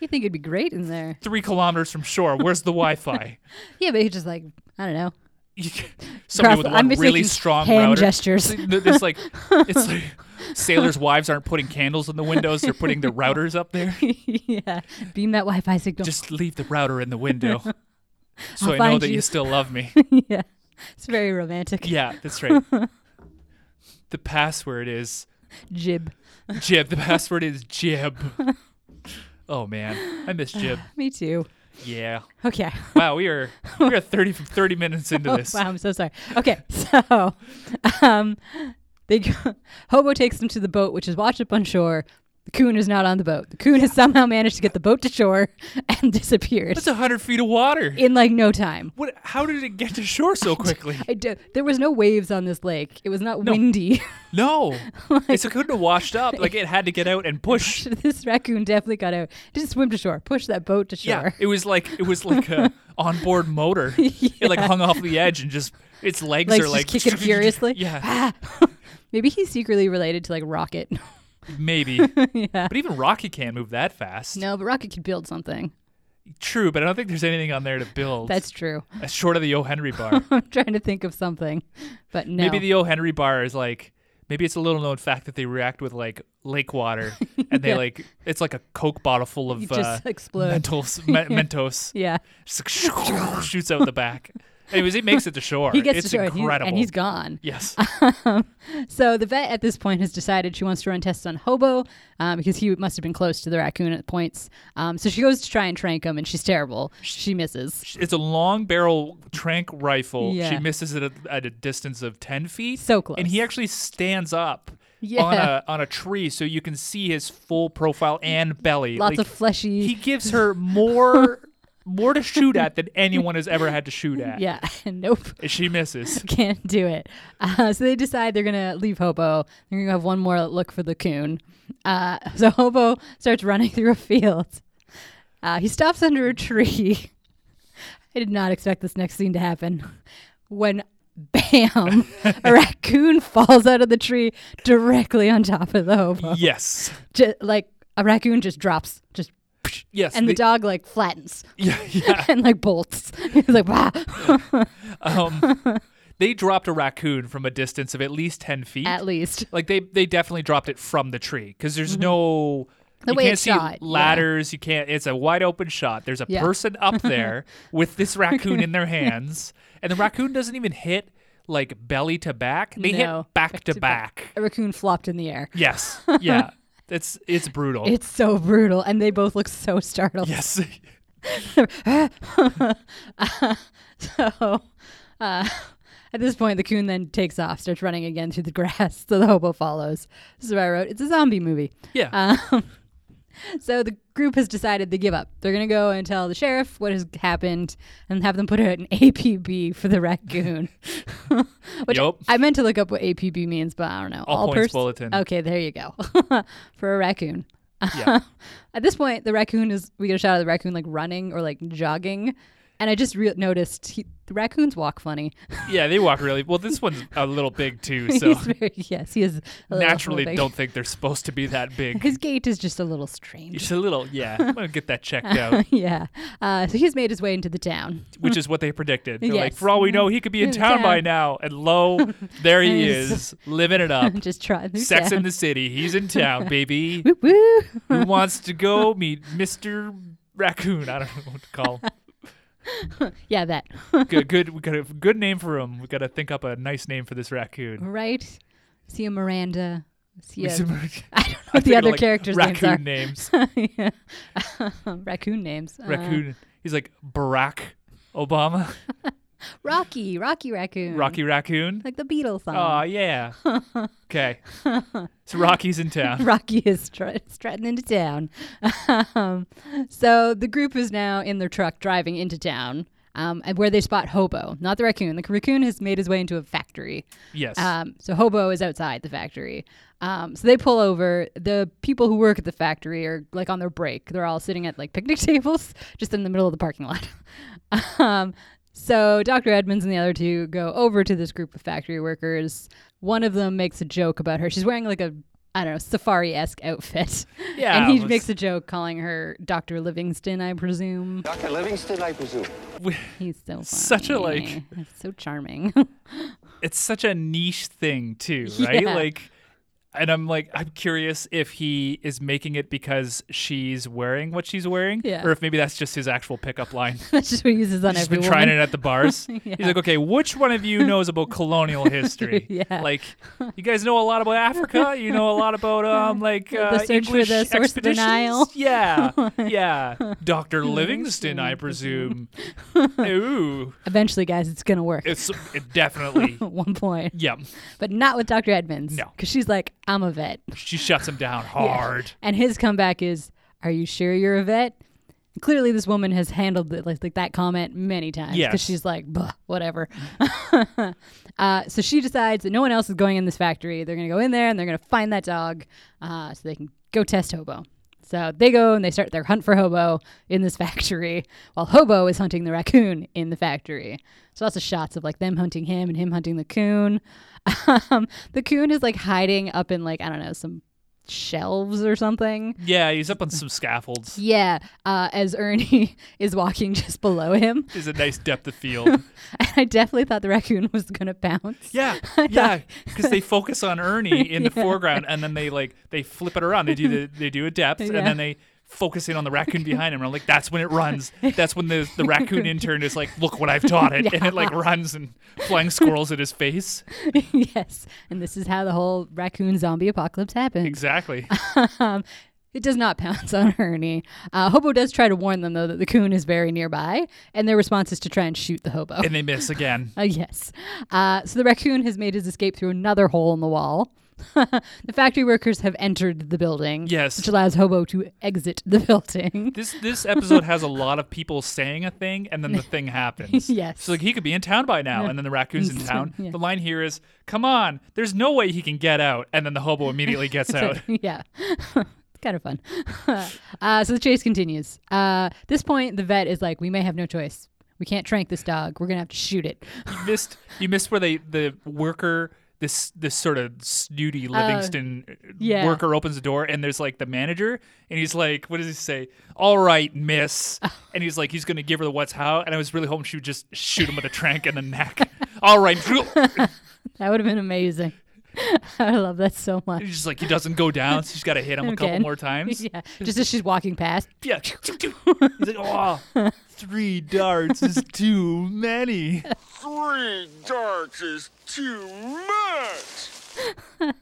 You think it'd be great in there?
three kilometers from shore. Where's the Wi-Fi?
Yeah, but you just like I don't know.
Somebody
Cross-
with
I'm
one
just
really
making
strong
hand
router.
gestures.
It's like- it's like it's like sailors' wives aren't putting candles in the windows; they're putting their routers up there.
yeah, beam that Wi-Fi signal.
Just leave the router in the window, so
I'll
i know
find
that you.
you.
still love me.
yeah, it's very romantic.
Yeah, that's right. The password is
Jib.
Jib. The password is Jib. Oh man, I miss Jib.
Me too.
Yeah.
Okay. Oh,
Wow, we are we are thirty thirty minutes into this.
wow, I'm so sorry. Okay, so um, they go, Hobo takes them to the boat, which is washed up on shore. The coon is not on the boat. The coon has somehow managed to get the boat to shore and disappeared
That's hundred feet of water.
in like no time.
what? How did it get to shore so quickly?
I do, there was no waves on this lake. It was not windy.
No, it's it couldn't have washed up. Like it had to get out and push.
this raccoon definitely got out. Just swim to shore. Push that boat to
Yeah,
shore.
it was like it was like a onboard motor. It like hung off the edge and just its legs
Legs
are
just
like
kicking furiously? Ah.
Yeah,
Maybe he's secretly related to like Rocket.
maybe. But even Rocky can't move that fast.
no, but Rocket could build something.
True, but I don't think there's anything on there to build.
That's true.
Uh, short of the O Henry bar.
I'm trying to think of something, but no.
Maybe the O Henry bar is like maybe it's a little known fact that they react with like lake water and they
Yeah.
like it's like a Coke bottle full of
It
uh,
just explodes.
Mentos, me- Mentos.
yeah.
Just like shoots out the back. Anyways, he makes it to shore.
He gets
it's
destroyed and he-
incredible.
and he's gone.
Yes.
So the vet at this point has decided she wants to run tests on Hobo um, because he must have been close to the raccoon at points. Um, so she goes to try and trank him, and she's terrible. She misses.
It's a long barrel trank rifle. She
Yeah.
misses it at, at a distance of 10 feet.
So close.
And he actually stands up.
Yeah.
On a on a tree, so you can see his full profile and belly.
Lots of fleshy-
He gives her more more to shoot at than anyone has ever had to shoot at.
Yeah. nope.
And she misses.
Can't do it. Uh, so they decide they're gonna leave Hobo. They're gonna have one more look for the coon. Uh, so Hobo starts running through a field. Uh, he stops under a tree. I did not expect this next scene to happen. When bam, a raccoon falls out of the tree directly on top of the hobo.
Yes.
Ju- like a raccoon just drops, just
Yes.
and the, dog like flattens
Yeah. yeah.
and like bolts. He's like, wow,
Um, they dropped a raccoon from a distance of at least 10 feet.
at least.
like they they definitely dropped it from the tree because there's no
Mm-hmm. The
you
way
can't
it's
see
shot, yeah.
ladders you can't it's a wide open shot there's a
Yeah.
person up there with this raccoon in their hands and the raccoon doesn't even hit like belly to back they
No.
hit back to back,
A raccoon flopped in the air.
yes yeah it's it's brutal
It's so brutal, and they both look so startled.
yes
So, uh, at this point, the coon then takes off, starts running Uh. again through the grass. So the hobo follows. This is what I wrote. It's a zombie movie.
yeah
Um, So the group has decided to give up. They're going to go and tell the sheriff what has happened and have them put out an APB for the raccoon. Which
Yup.
I meant to look up what APB means, but I don't know.
All points
pers-
bulletin.
Okay, there you go. for a raccoon.
Yeah.
At this point, the raccoon is, we get a shot of the raccoon like running or like jogging. And I just re- noticed he, the raccoons walk funny.
Yeah, they walk really well. This one's a little big too, so
He's very, yes, he is. a little
naturally
big.
don't think they're supposed to be that big.
His gait is just a little strange.
It's a little, yeah. I'm gonna get that checked out,
yeah. Uh, so he's made his way into the town.
which is what they predicted. They're like,
Mm. Yes. Mm-hmm.
for all we know, he could be in
In
town by
town.
now. And lo, there he
Yes.
is, living it up.
Just try this
Sex in
down.
the City. He's in town, baby.
Woo!
Who wants to go meet Mr. Raccoon? I don't know what to call. him.
Yeah, that.
Good, good. We got a good name for him. We got to think up a nice name for this raccoon.
right? See a Miranda. See a,
We
I
should-
don't know
I
what the
think of,
other
like,
characters'
raccoon
names
names.
are. yeah. raccoon names. Uh,
Raccoon. He's like Barack Obama,
Rocky. Rocky Raccoon.
Rocky Raccoon.
Like the Beatles song.
Oh yeah. Okay. So Rocky's in town.
Rocky is strut- strutting into town. um, so the group is now in their truck driving into town, um, and where they spot Hobo, not the raccoon. The raccoon has made his way into a factory.
Yes.
Um, so Hobo is outside the factory. Um, so they pull over. The people who work at the factory are like on their break. They're all sitting at like picnic tables just in the middle of the parking lot. um, so Dr. Edmonds and the other two go over to this group of factory workers. One of them makes a joke about her. She's wearing like a I don't know, safari esque outfit.
Yeah,
And he
it was-
makes a joke calling her Dr. Livingston, I presume.
Dr. Livingston, I presume.
He's so funny.
Such a, like-
so charming.
it's such a niche thing too, right?
Yeah.
Like and I'm like I'm curious if he is making it because she's wearing what she's wearing
Yeah.
or if maybe that's just his actual pickup line.
That's just what he uses on
He's
every
been trying
woman.
it at the bars.
Yeah.
He's like, "Okay, which one of you knows about colonial history?
Yeah.
Like, you guys know a lot about Africa. You know a lot about um, like uh,
search for
English
the source of the
expeditions.
Nile."
Yeah, yeah. Doctor Livingston, I presume. Ooh,
Eventually, guys, it's gonna work
it's it definitely.
at one point,
Yeah,
but not with Dr. Edmonds.
No.
because she's like, I'm a vet,
she shuts him down hard.
and his comeback is, "Are you sure you're a vet?" Clearly, this woman has handled it, like, like that comment many times because
Yes.
she's like, "Bah, whatever." uh, so she decides that no one else is going in this factory. They're gonna go in there and they're gonna find that dog, uh, so they can go test Hobo. So they go and they start their hunt for Hobo in this factory, while Hobo is hunting the raccoon in the factory. So lots of shots of like them hunting him and him hunting the coon. Um, the coon is like hiding up in like I don't know some shelves or something.
Yeah, he's up on some scaffolds.
Yeah, uh, as Ernie is walking just below him,
There's a nice depth of field.
and I definitely thought the raccoon was gonna bounce.
Yeah, yeah, because they focus on Ernie in the foreground, and then they like they flip it around. They do the they do a depth,
Yeah.
and then they focus in on the raccoon behind him. And I'm like, that's when it runs. That's when the the raccoon intern is like, look what I've taught it, and it like runs and flying squirrels at his face.
yes, and this is how the whole raccoon zombie apocalypse happened.
Exactly.
um, it does not pounce on Ernie. Uh, hobo does try to warn them, though, that the coon is very nearby, and their response is to try and shoot the hobo.
And they miss again.
Uh, yes. Uh, so the raccoon has made his escape through another hole in the wall. the factory workers have entered the building,
Yes.
which allows Hobo to exit the building.
This this episode has a lot of people saying a thing and then the thing happens.
Yes.
So like he could be in town by now and then the raccoon's in town.
Yeah.
The line here is, "Come on, there's no way he can get out." And then the hobo immediately gets out.
yeah. it's kind of fun. uh, so the chase continues. Uh, this point, the vet is like, "We may have no choice. We can't trank this dog. We're gonna have to shoot it."
missed you missed where they the worker this this sort of snooty Livingston
Oh,
uh,
yeah.
worker opens the door and there's like the manager and he's like what does he say all right miss and he's like he's gonna give her the what's how and I was really hoping she would just shoot him with a trank in the neck all right and
That would have been amazing. I love that so much.
he's just like he doesn't go down so she's gotta hit him a couple
Again.
more times
yeah, just as she's walking past.
yeah he's like oh three darts is too many
Three darts is too much.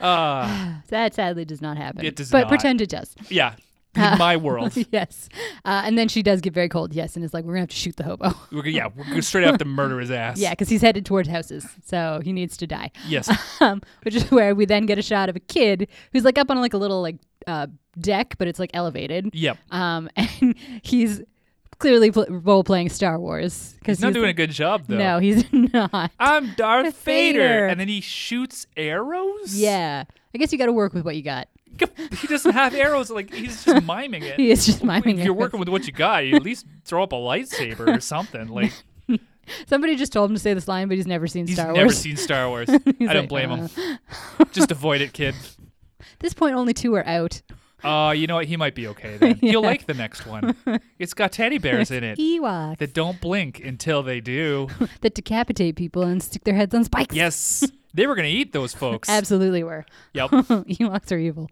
uh
That sadly does not happen.
It does
but
not.
pretend it does.
yeah
Uh,
in my world
yes. Uh, and then she does get very cold, yes, and is like, we're going to have to shoot the hobo.
we're, gonna- yeah we're gonna straight have to murder his ass
yeah, because he's headed towards houses, so he needs to die.
Yes.
Um, which is where we then get a shot of a kid who's like up on like a little like uh, deck, but it's like elevated.
Yep.
Um, and he's clearly pl- role playing Star Wars because
He's not doing a good job though.
No, he's not.
I'm Darth Vader.
Vader.
and then he shoots arrows.
yeah, I guess you got to work with what you got.
he doesn't have arrows. Like he's just miming it.
He is just miming.
if you're
arrows.
working with what you got, you at least throw up a lightsaber or something. Like
Somebody just told him to say this line, but he's never seen
he's
Star
never
Wars.
seen Star Wars. I don't
like,
blame
uh.
him. Just avoid it, kid.
At this point, only two are out.
Uh, you know what? He might be okay then. He'll like the next one. It's got teddy bears in it
Ewoks
that don't blink until they do.
that decapitate people and stick their heads on spikes.
Yes, they were gonna eat those folks.
Absolutely were.
Yep.
Ewoks are evil.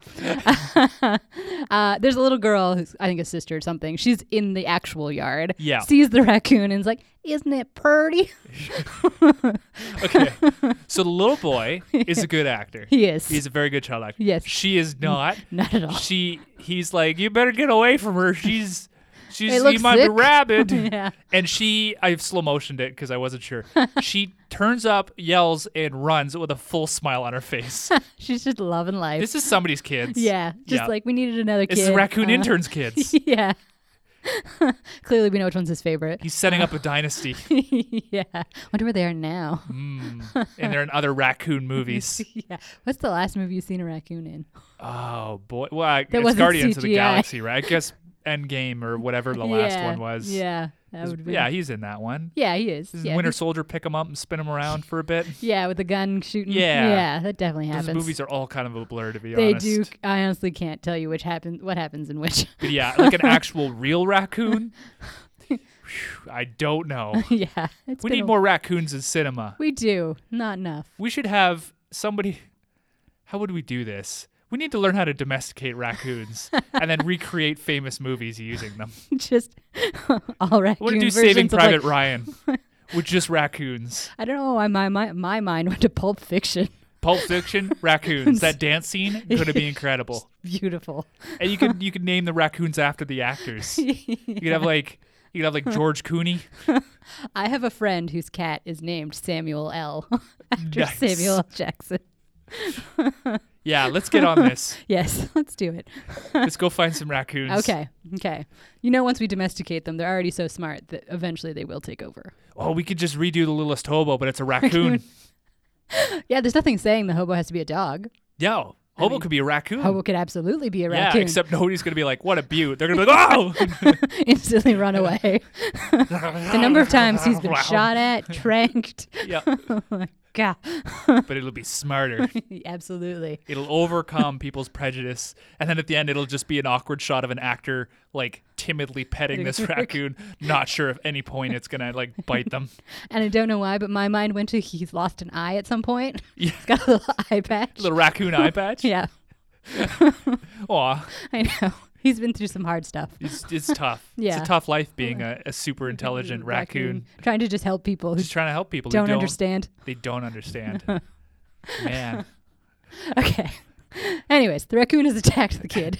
uh, there's a little girl who's, I think, a sister or something. She's in the actual yard.
Yeah.
Sees the raccoon and is like, Isn't it pretty?
Okay. So the little boy is a good actor.
He is.
He's a very good child actor.
Yes.
She is not.
Not at all.
She. He's like, you better get away from her. She's. She's.
looks
You might be
sick."
rabid.
Yeah.
And she. I've slow motioned it because I wasn't sure. she turns up, yells, and runs with a full smile on her face.
She's just loving life.
this is somebody's kids.
yeah. Just
Yeah.
like, we needed another
It's
kid.
the raccoon
Uh,
intern's kids.
Yeah. Clearly, we know which one's his favorite.
He's setting up a dynasty,
yeah. Wonder where they are now.
Mm-hmm. and they're in other raccoon movies.
yeah. What's the last movie you've seen a raccoon in?
Oh boy! Well, I,
That
it's
wasn't
Guardians of the
CGI.
Galaxy, right? I guess Endgame or whatever the last
yeah.
one was.
Yeah. That would be.
Yeah, he's in that one.
Yeah, he is.
Does
Yeah,
Winter
he's-
Soldier pick him up and spin him around for a bit?
Yeah, with the gun shooting.
Yeah.
yeah, that definitely
Those
happens.
movies are all kind of a blur, to be
they
honest.
do. I honestly can't tell you which happens, what happens in which.
But yeah, like an actual real raccoon. Phew, I don't know.
yeah, it's
We
been
need
a-
more raccoons in cinema.
We do not enough.
We should have somebody. How would we do this? We need to learn how to domesticate raccoons and then recreate famous movies using them.
Just all raccoon
I want to do
versions
Saving
of, like-
Private Ryan with just raccoons.
I don't know why my, my my mind went to Pulp Fiction.
Pulp Fiction, raccoons. That dance scene going to be incredible.
Beautiful.
And you could you could name the raccoons after the actors. You could have like you could have like George Cooney.
I have a friend whose cat is named Samuel L. after
Nice.
Samuel L. Jackson.
Yeah, let's get on this.
Yes, let's do it.
Let's go find some raccoons.
Okay, okay. You know, once we domesticate them, they're already so smart that eventually they will take over.
Oh, we could just redo the littlest hobo, but it's a raccoon.
Yeah, there's nothing saying the hobo has to be a dog.
Yo, hobo could be a raccoon.
Hobo could absolutely be a
yeah,
raccoon.
except nobody's gonna be like, "What a beaut!" They're gonna be like, "Oh!"
instantly run away. the number of times he's been shot at, tranked.
yeah,
God,
but it'll be smarter.
absolutely.
It'll overcome people's prejudice, and then at the end, it'll just be an awkward shot of an actor like timidly petting this raccoon, not sure if any point it's gonna like bite them.
And I don't know why, but my mind went to he's lost an eye at some point. he's got a little eye patch.
Little raccoon eye patch.
yeah,
Aw,
I know. He's been through some hard stuff.
it's, it's tough.
Yeah.
It's a tough life being a, a super intelligent raccoon.
Trying to just help people who
Just trying to help people. who
don't, understand.
They don't understand. Man,
Okay. Anyways, the raccoon has attacked the kid.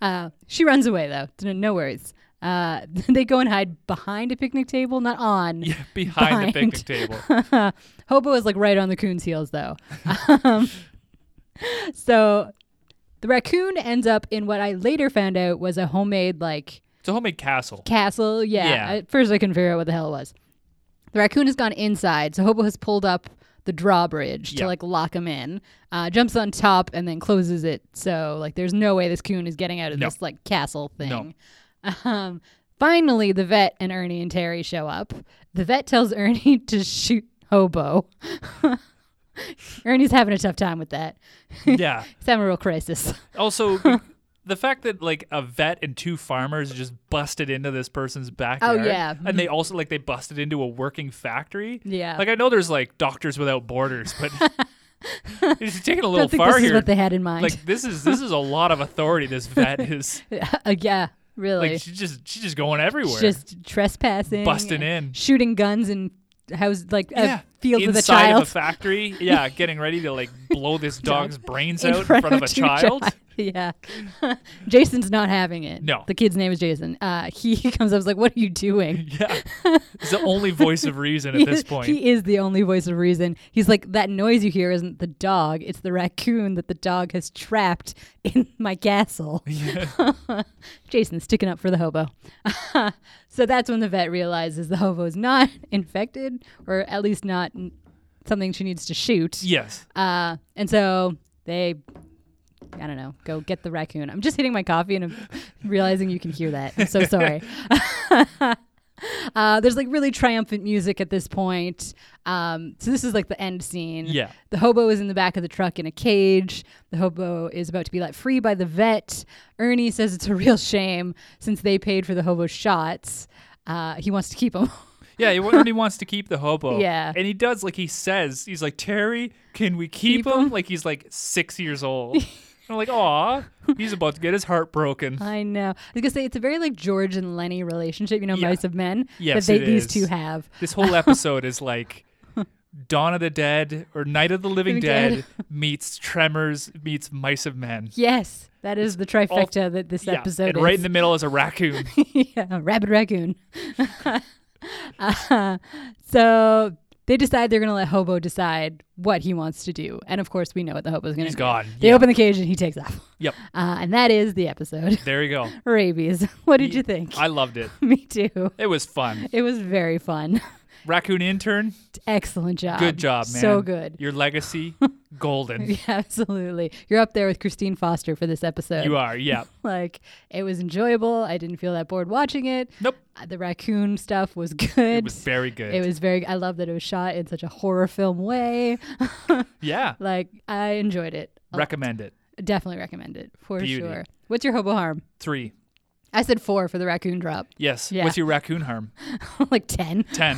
Uh, she runs away though. No- No worries. Uh, they go and hide behind a picnic table, not on.
yeah, behind the
Bind.
picnic table.
Hobo is like right on the coon's heels though. um, so the raccoon ends up in what I later found out was a homemade like
It's a homemade castle.
castle. Yeah.
Yeah.
At first I couldn't figure out what the hell it was. The raccoon has gone inside, so Hobo has pulled up the drawbridge
Yeah.
to like lock him in. Uh, jumps on top and then closes it. So like there's no way this coon is getting out of
No.
this like castle thing.
No.
Um finally the vet and Ernie and Terry show up. The vet tells Ernie to shoot Hobo. Ernie's having a tough time with that.
yeah.
He's having a real crisis.
Also, the fact that like a vet and two farmers just busted into this person's backyard.
Oh, yeah.
and they also like they busted into a working factory.
Yeah.
like I know there's like Doctors Without Borders, but it's taking a
I
little
don't think
far
this is
here.
what they had in mind.
like this is this is a lot of authority. This vet is
yeah, really.
like she's just she's just going everywhere.
just trespassing,
Busting
and
in.
shooting guns in house like
yeah.
a field with a
Inside
child
of a factory, yeah, getting ready to like blow this dog's brains out
in front
of a
two
child.
chi- yeah. Jason's not having it.
No.
The kid's name is Jason. Uh, he comes up and is like, What are you doing?
Yeah. It's the only voice of reason at
He-
this point.
He is the only voice of reason. He's like, That noise you hear isn't the dog, it's the raccoon that the dog has trapped in my castle. Jason's sticking up for the hobo. so that's when the vet realizes the hobo's not infected, or at least not n- something she needs to shoot.
yes.
Uh, and so they, I don't know, go get the raccoon. I'm just hitting my coffee and I'm realizing you can hear that. I'm so sorry. Uh, there's like really triumphant music at this point. Um, so this is like the end scene.
Yeah.
The hobo is in the back of the truck in a cage. The hobo is about to be let free by the vet. Ernie says it's a real shame since they paid for the hobo's shots. Uh, he wants to keep them.
Yeah, he already wants to keep the hobo.
Yeah.
And he does, like he says, he's like, Terry, can we keep,
Keep
him?
him?
Like he's like six years old. And I'm like, aw, he's about to get his heart broken.
I know. I was gonna say it's a very like George and Lenny relationship, you know,
Yeah.
mice of men
Yes,
that they,
it
these
is.
two have.
This whole episode is like Dawn of the Dead or Night of the Living
Living
Dead
Dead.
meets Tremors meets Mice of Men.
Yes, that is the trifecta that this
Yeah,
episode
and
is.
right in the middle is a raccoon.
yeah, rabid raccoon. Uh, so they decide they're going to let Hobo decide what he wants to do. And of course, we know what the Hobo's going to
He's
do.
gone,
They
yeah.
open the cage and he takes off.
yep,
Uh, and that is the episode.
there you go.
Rabies. What did you think?
I loved it.
Me too.
It was fun.
It was very fun.
Raccoon intern,
Excellent job.
good job, man.
Uh, So good.
Your legacy, golden.
Yeah, absolutely. You're up there with Christine Foster for this episode.
You are, yeah.
Like, it was enjoyable. I didn't feel that bored watching it.
Nope.
Uh, The raccoon stuff was good.
It was very good.
It was very. I love that it was shot in such a horror film way.
yeah.
like, I enjoyed it. I'll
Recommend it.
definitely recommend it for
Beauty.
sure. What's your hobo harm?
Three.
I said four for the raccoon drop.
Yes.
Yeah.
What's your raccoon harm?
like 10.
Ten.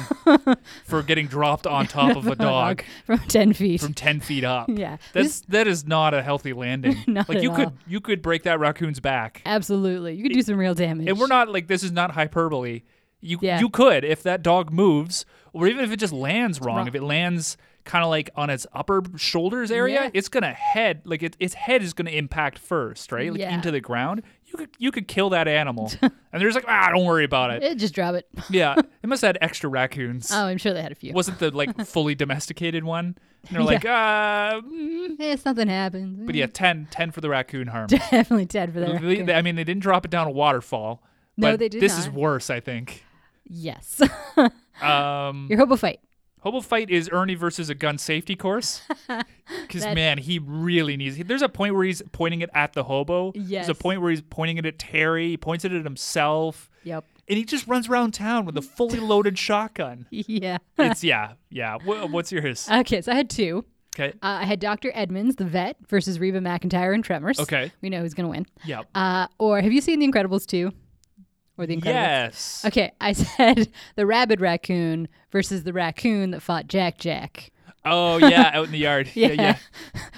For getting dropped on top of a dog
From 10 feet.
from ten feet up.
Yeah.
That's that is not a healthy landing.
Not
like
at
you could
all.
you could break that raccoon's back.
Absolutely. You could do some real damage.
And we're not like this is not hyperbole. You
Yeah.
you could if that dog moves, or even if it just lands wrong, if it lands kind of like on its upper shoulders area,
Yeah.
it's gonna head like it, its head is gonna impact first, right? Like
Yeah.
into the ground. You could you could kill that animal, and they're just like ah, don't worry about it.
Eh, just drop it.
yeah, they must have had extra raccoons.
Oh, I'm sure they had a few.
Wasn't the like fully domesticated one? And they're like ah, mm.
Eh, something happens.
but yeah, 10, 10 for the raccoon harm.
Definitely 10 for the
They-
raccoon.
they- I mean, they didn't drop it down a waterfall.
No,
but
they did
This is
not.
worse, I think.
Yes.
Um,
Your hobo fight.
Hobo Fight is Ernie versus a gun safety course. Because,
That-
man, he really needs There's a point where he's pointing it at the hobo.
Yes.
There's a point where he's pointing it at Terry. He points it at himself.
Yep.
And he just runs around town with a fully loaded shotgun.
Yeah.
It's, yeah, yeah. Wha- what's yours?
Okay, so I had two.
Okay.
Uh, I had Dr. Edmonds, the vet, versus Reba McIntyre and Tremors.
Okay.
We know who's going to win.
Yeah.
Uh, or have you seen The Incredibles 2? Or The Incredibles?
Yes.
Okay, I said the rabid raccoon versus the raccoon that fought Jack Jack.
Oh, yeah, out in the yard. yeah, yeah.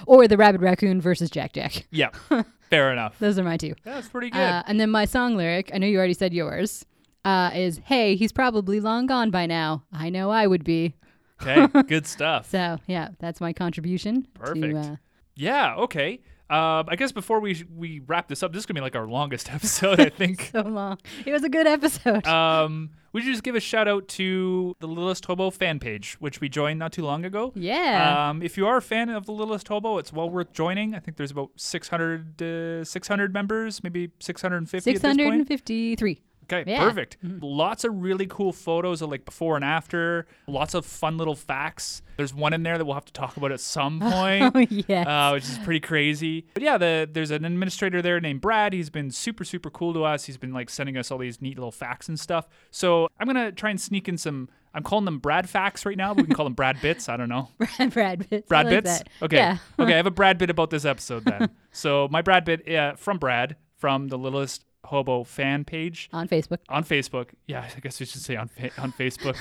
or the rabid raccoon versus Jack Jack.
Yeah. Fair enough.
Those are my two.
That's pretty good.
Uh, and then my song lyric, I know you already said yours, uh, is Hey, he's probably long gone by now. I know I would be.
okay. Good stuff.
So, yeah, that's my contribution.
Perfect.
To, uh,
Yeah. Okay. Um, I guess before we we wrap this up, this is gonna be like our longest episode, I think.
so long. It was a good episode.
um, we should just give a shout out to the Littlest Hobo fan page, which we joined not too long ago.
Yeah.
Um, if you are a fan of the Littlest Hobo, it's well worth joining. I think there's about 600, uh, 600 members, maybe 650 at this point.
653.
Okay,
Yeah. Mm-hmm.
perfect. Lots of really cool photos of like before and after. Lots of fun little facts. There's one in there that we'll have to talk about at some point.
Oh, yes.
Uh, which is pretty crazy. But yeah, the, there's an administrator there named Brad. He's been super, super cool to us. He's been like sending us all these neat little facts and stuff. So I'm going to try and sneak in some. I'm calling them Brad facts right now, but we can call them Brad bits. I don't know.
Brad Pitt.
Brad
I like
bits?
that.
Okay.
Yeah.
okay, I have a Brad bit about this episode then. so my Brad bit uh, from Brad from the Littlest Hobo fan page
On Facebook,
on Facebook. Yeah, I guess we should say on fa- on Facebook.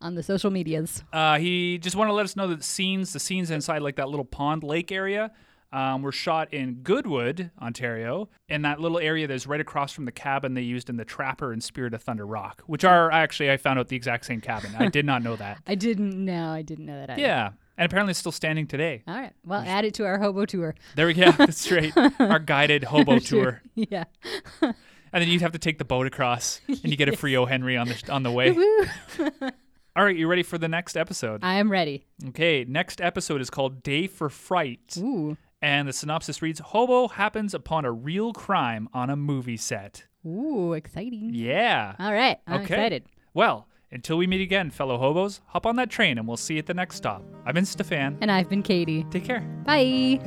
on the social medias.
uh, he just wanted to let us know that the scenes, the scenes inside like that little pond lake area, um, were shot in Goodwood, Ontario, in that little area that's right across from the cabin they used in The Trapper and Spirit of Thunder Rock, which are actually I found out the exact same cabin. I did not know that.
I didn't know. I didn't know that. Either.
Yeah. And apparently, it's still standing today.
All right. Well, add it to our hobo tour.
There we go. That's right. Our guided hobo tour.
Yeah.
And then you'd have to take the boat across, and you get a free O. Henry on the on the way.
Woo.
All right, you ready for the next episode?
I am ready.
Okay, next episode is called Day for Fright.
Ooh.
And the synopsis reads Hobo happens upon a real crime on a movie set.
Ooh, exciting.
Yeah.
All right. Ah, I'm
okay.
excited.
Well, until we meet again, fellow hobos, hop on that train and we'll see you at the next stop. I've been Stefan.
And I've been Katie.
Take care.
Bye.